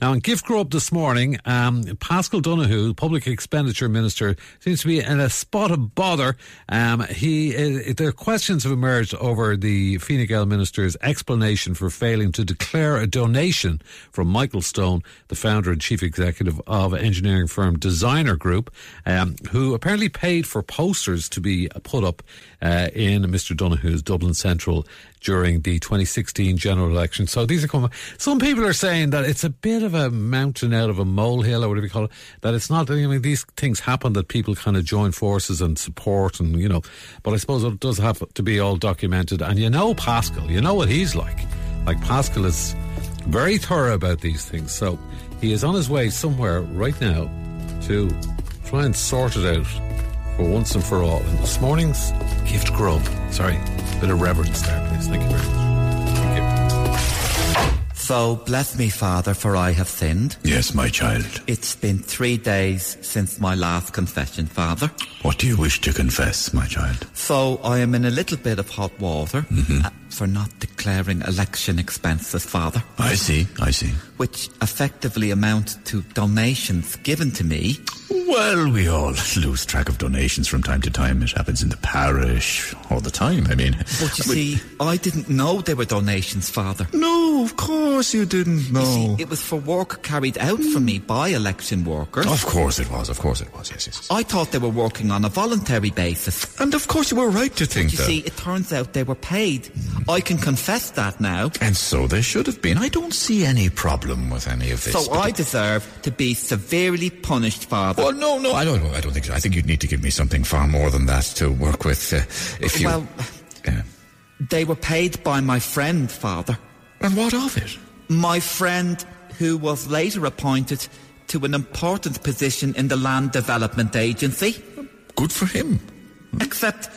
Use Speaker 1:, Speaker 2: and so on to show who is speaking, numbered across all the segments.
Speaker 1: Now, on Gift Grub this morning, um, Pascal Donoghue, Public Expenditure Minister, seems to be in a spot of bother. Um, he, uh, there questions have emerged over the Fine Gael Minister's explanation for failing to declare a donation from Michael Stone, the founder and chief executive of engineering firm Designer Group, um, who apparently paid for posters to be put up uh, in Mr. Donoghue's Dublin Central during the 2016 general election. So these are coming. Some people are saying that it's a bit of a mountain out of a molehill, or whatever you call it. That it's not. I mean, these things happen that people kind of join forces and support, and you know. But I suppose it does have to be all documented. And you know, Pascal, you know what he's like. Like Pascal is very thorough about these things. So he is on his way somewhere right now to try and sort it out for once and for all. And this morning's gift grub. Sorry, a bit of reverence there, please. Thank you very much. Thank you.
Speaker 2: So bless me, Father, for I have sinned.
Speaker 3: Yes, my child.
Speaker 2: It's been three days since my last confession, Father.
Speaker 3: What do you wish to confess, my child?
Speaker 2: So I am in a little bit of hot water uh, for not declaring election expenses, Father,
Speaker 3: I see, I see.
Speaker 2: which effectively amount to donations given to me.
Speaker 3: Well, we all lose track of donations from time to time. It happens in the parish all the time, I mean.
Speaker 2: But you
Speaker 3: I mean-
Speaker 2: see, I didn't know they were donations, Father.
Speaker 3: No, of course you didn't know.
Speaker 2: See, it was for work carried out for me by election workers.
Speaker 3: Of course it was, of course it was, yes, yes. yes.
Speaker 2: I thought they were working on a voluntary basis.
Speaker 3: And of course you were right to think
Speaker 2: You
Speaker 3: that.
Speaker 2: see, it turns out they were paid. I can confess that now.
Speaker 3: and so they should have been. I don't see any problem with any of this.
Speaker 2: So
Speaker 3: but-
Speaker 2: I deserve to be severely punished, Father.
Speaker 3: Well, Oh, no, no, I don't. I don't think. so. I think you'd need to give me something far more than that to work with. Uh, if you,
Speaker 2: Well-
Speaker 3: Yeah.
Speaker 2: They were paid by my friend, Father.
Speaker 3: and what of it?
Speaker 2: My friend who was later appointed to an important position in the Land Development Agency.
Speaker 3: Good for him.
Speaker 2: Except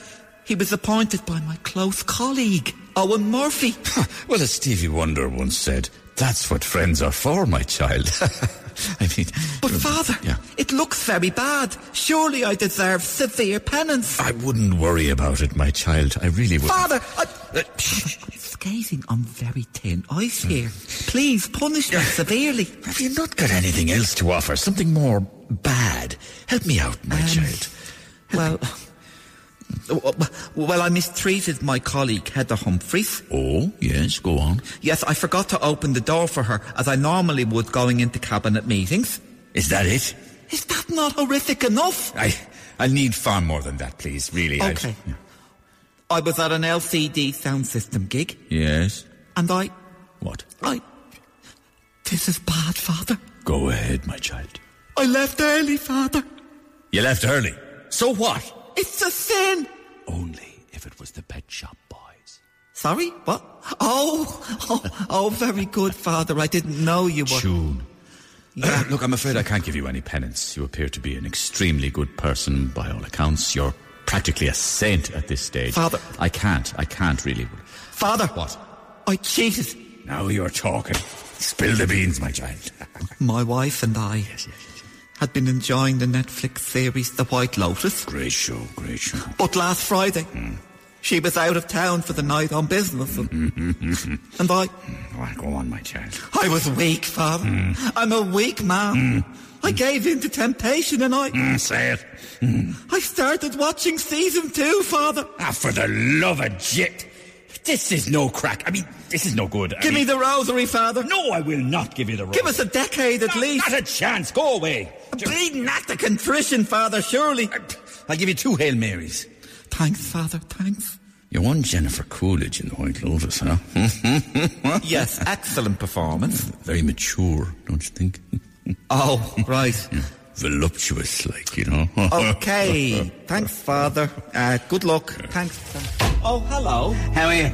Speaker 2: he was appointed by my close colleague, Owen Murphy.
Speaker 3: Well, as Stevie Wonder once said, "That's what friends are for, my child." I mean,
Speaker 2: But Father,
Speaker 3: yeah.
Speaker 2: it looks very bad. Surely I deserve severe penance.
Speaker 3: I wouldn't worry about it, my child. I really would.
Speaker 2: Father, I... I'm skating on very thin ice
Speaker 3: Hmm.
Speaker 2: here. Please punish me severely.
Speaker 3: Have you not got anything else to offer? Something more bad? Help me out, my
Speaker 2: Um,
Speaker 3: child.
Speaker 2: Well, w- well, I mistreated my colleague Heather Humphreys.
Speaker 3: Oh, yes, go on.
Speaker 2: Yes, I forgot to open the door for her as I normally would going into cabinet meetings.
Speaker 3: Is that it?
Speaker 2: Is that not horrific enough?
Speaker 3: I I need far more than that, please. Really. I-
Speaker 2: Okay. I was at an LCD sound system gig,
Speaker 3: Yes.
Speaker 2: and I,
Speaker 3: What?
Speaker 2: I, this is bad, Father.
Speaker 3: Go ahead, my child.
Speaker 2: I left early, Father.
Speaker 3: You left early. So what?
Speaker 2: It's a sin.
Speaker 3: Only if it was the pet shop boys.
Speaker 2: Sorry, what? Oh, oh, oh, very good, Father. I didn't know you were.
Speaker 3: June.
Speaker 2: Yeah.
Speaker 3: Look, I'm afraid I can't give you any penance. You appear to be an extremely good person by all accounts. You're practically a saint at this stage.
Speaker 2: Father.
Speaker 3: I can't. I can't really.
Speaker 2: Father,
Speaker 3: What?
Speaker 2: I cheated.
Speaker 3: Now you're talking. Spill the beans, my child.
Speaker 2: My wife and I had been enjoying the Netflix series The White Lotus,
Speaker 3: Great show, great show.
Speaker 2: but last Friday she was out of town for the night on business, and, and I,
Speaker 3: Well, go on, my child.
Speaker 2: I was weak, Father. I'm a weak man. I gave in to temptation, and I,
Speaker 3: Mm, say it.
Speaker 2: I started watching season two, Father.
Speaker 3: Ah, for the love of jit. This is no crack. I mean, this is no good. I
Speaker 2: Give me
Speaker 3: mean-
Speaker 2: the rosary, Father.
Speaker 3: No, I will not give you the rose.
Speaker 2: Give us a decade at
Speaker 3: Not-
Speaker 2: least.
Speaker 3: Not a chance. Go away.
Speaker 2: A bleeding act of contrition, Father. Surely.
Speaker 3: I'll give you two Hail Marys.
Speaker 2: Thanks, Father. Thanks.
Speaker 3: You won Jennifer Coolidge in The White Lotus, huh? Hmm?
Speaker 2: Yes, excellent performance.
Speaker 3: Very mature, don't you think?
Speaker 2: Oh, right.
Speaker 3: Voluptuous, like, you know.
Speaker 2: Okay. Thanks, Father. Uh, good luck. Thanks. Oh, hello.
Speaker 4: How are you?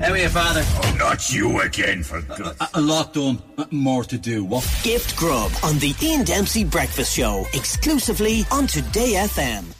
Speaker 4: How are you, Father?
Speaker 3: Not you again, for God.
Speaker 4: A, a lot done. More to do. What?
Speaker 5: Gift Grub on the Ian Dempsey Breakfast Show, exclusively on Today FM.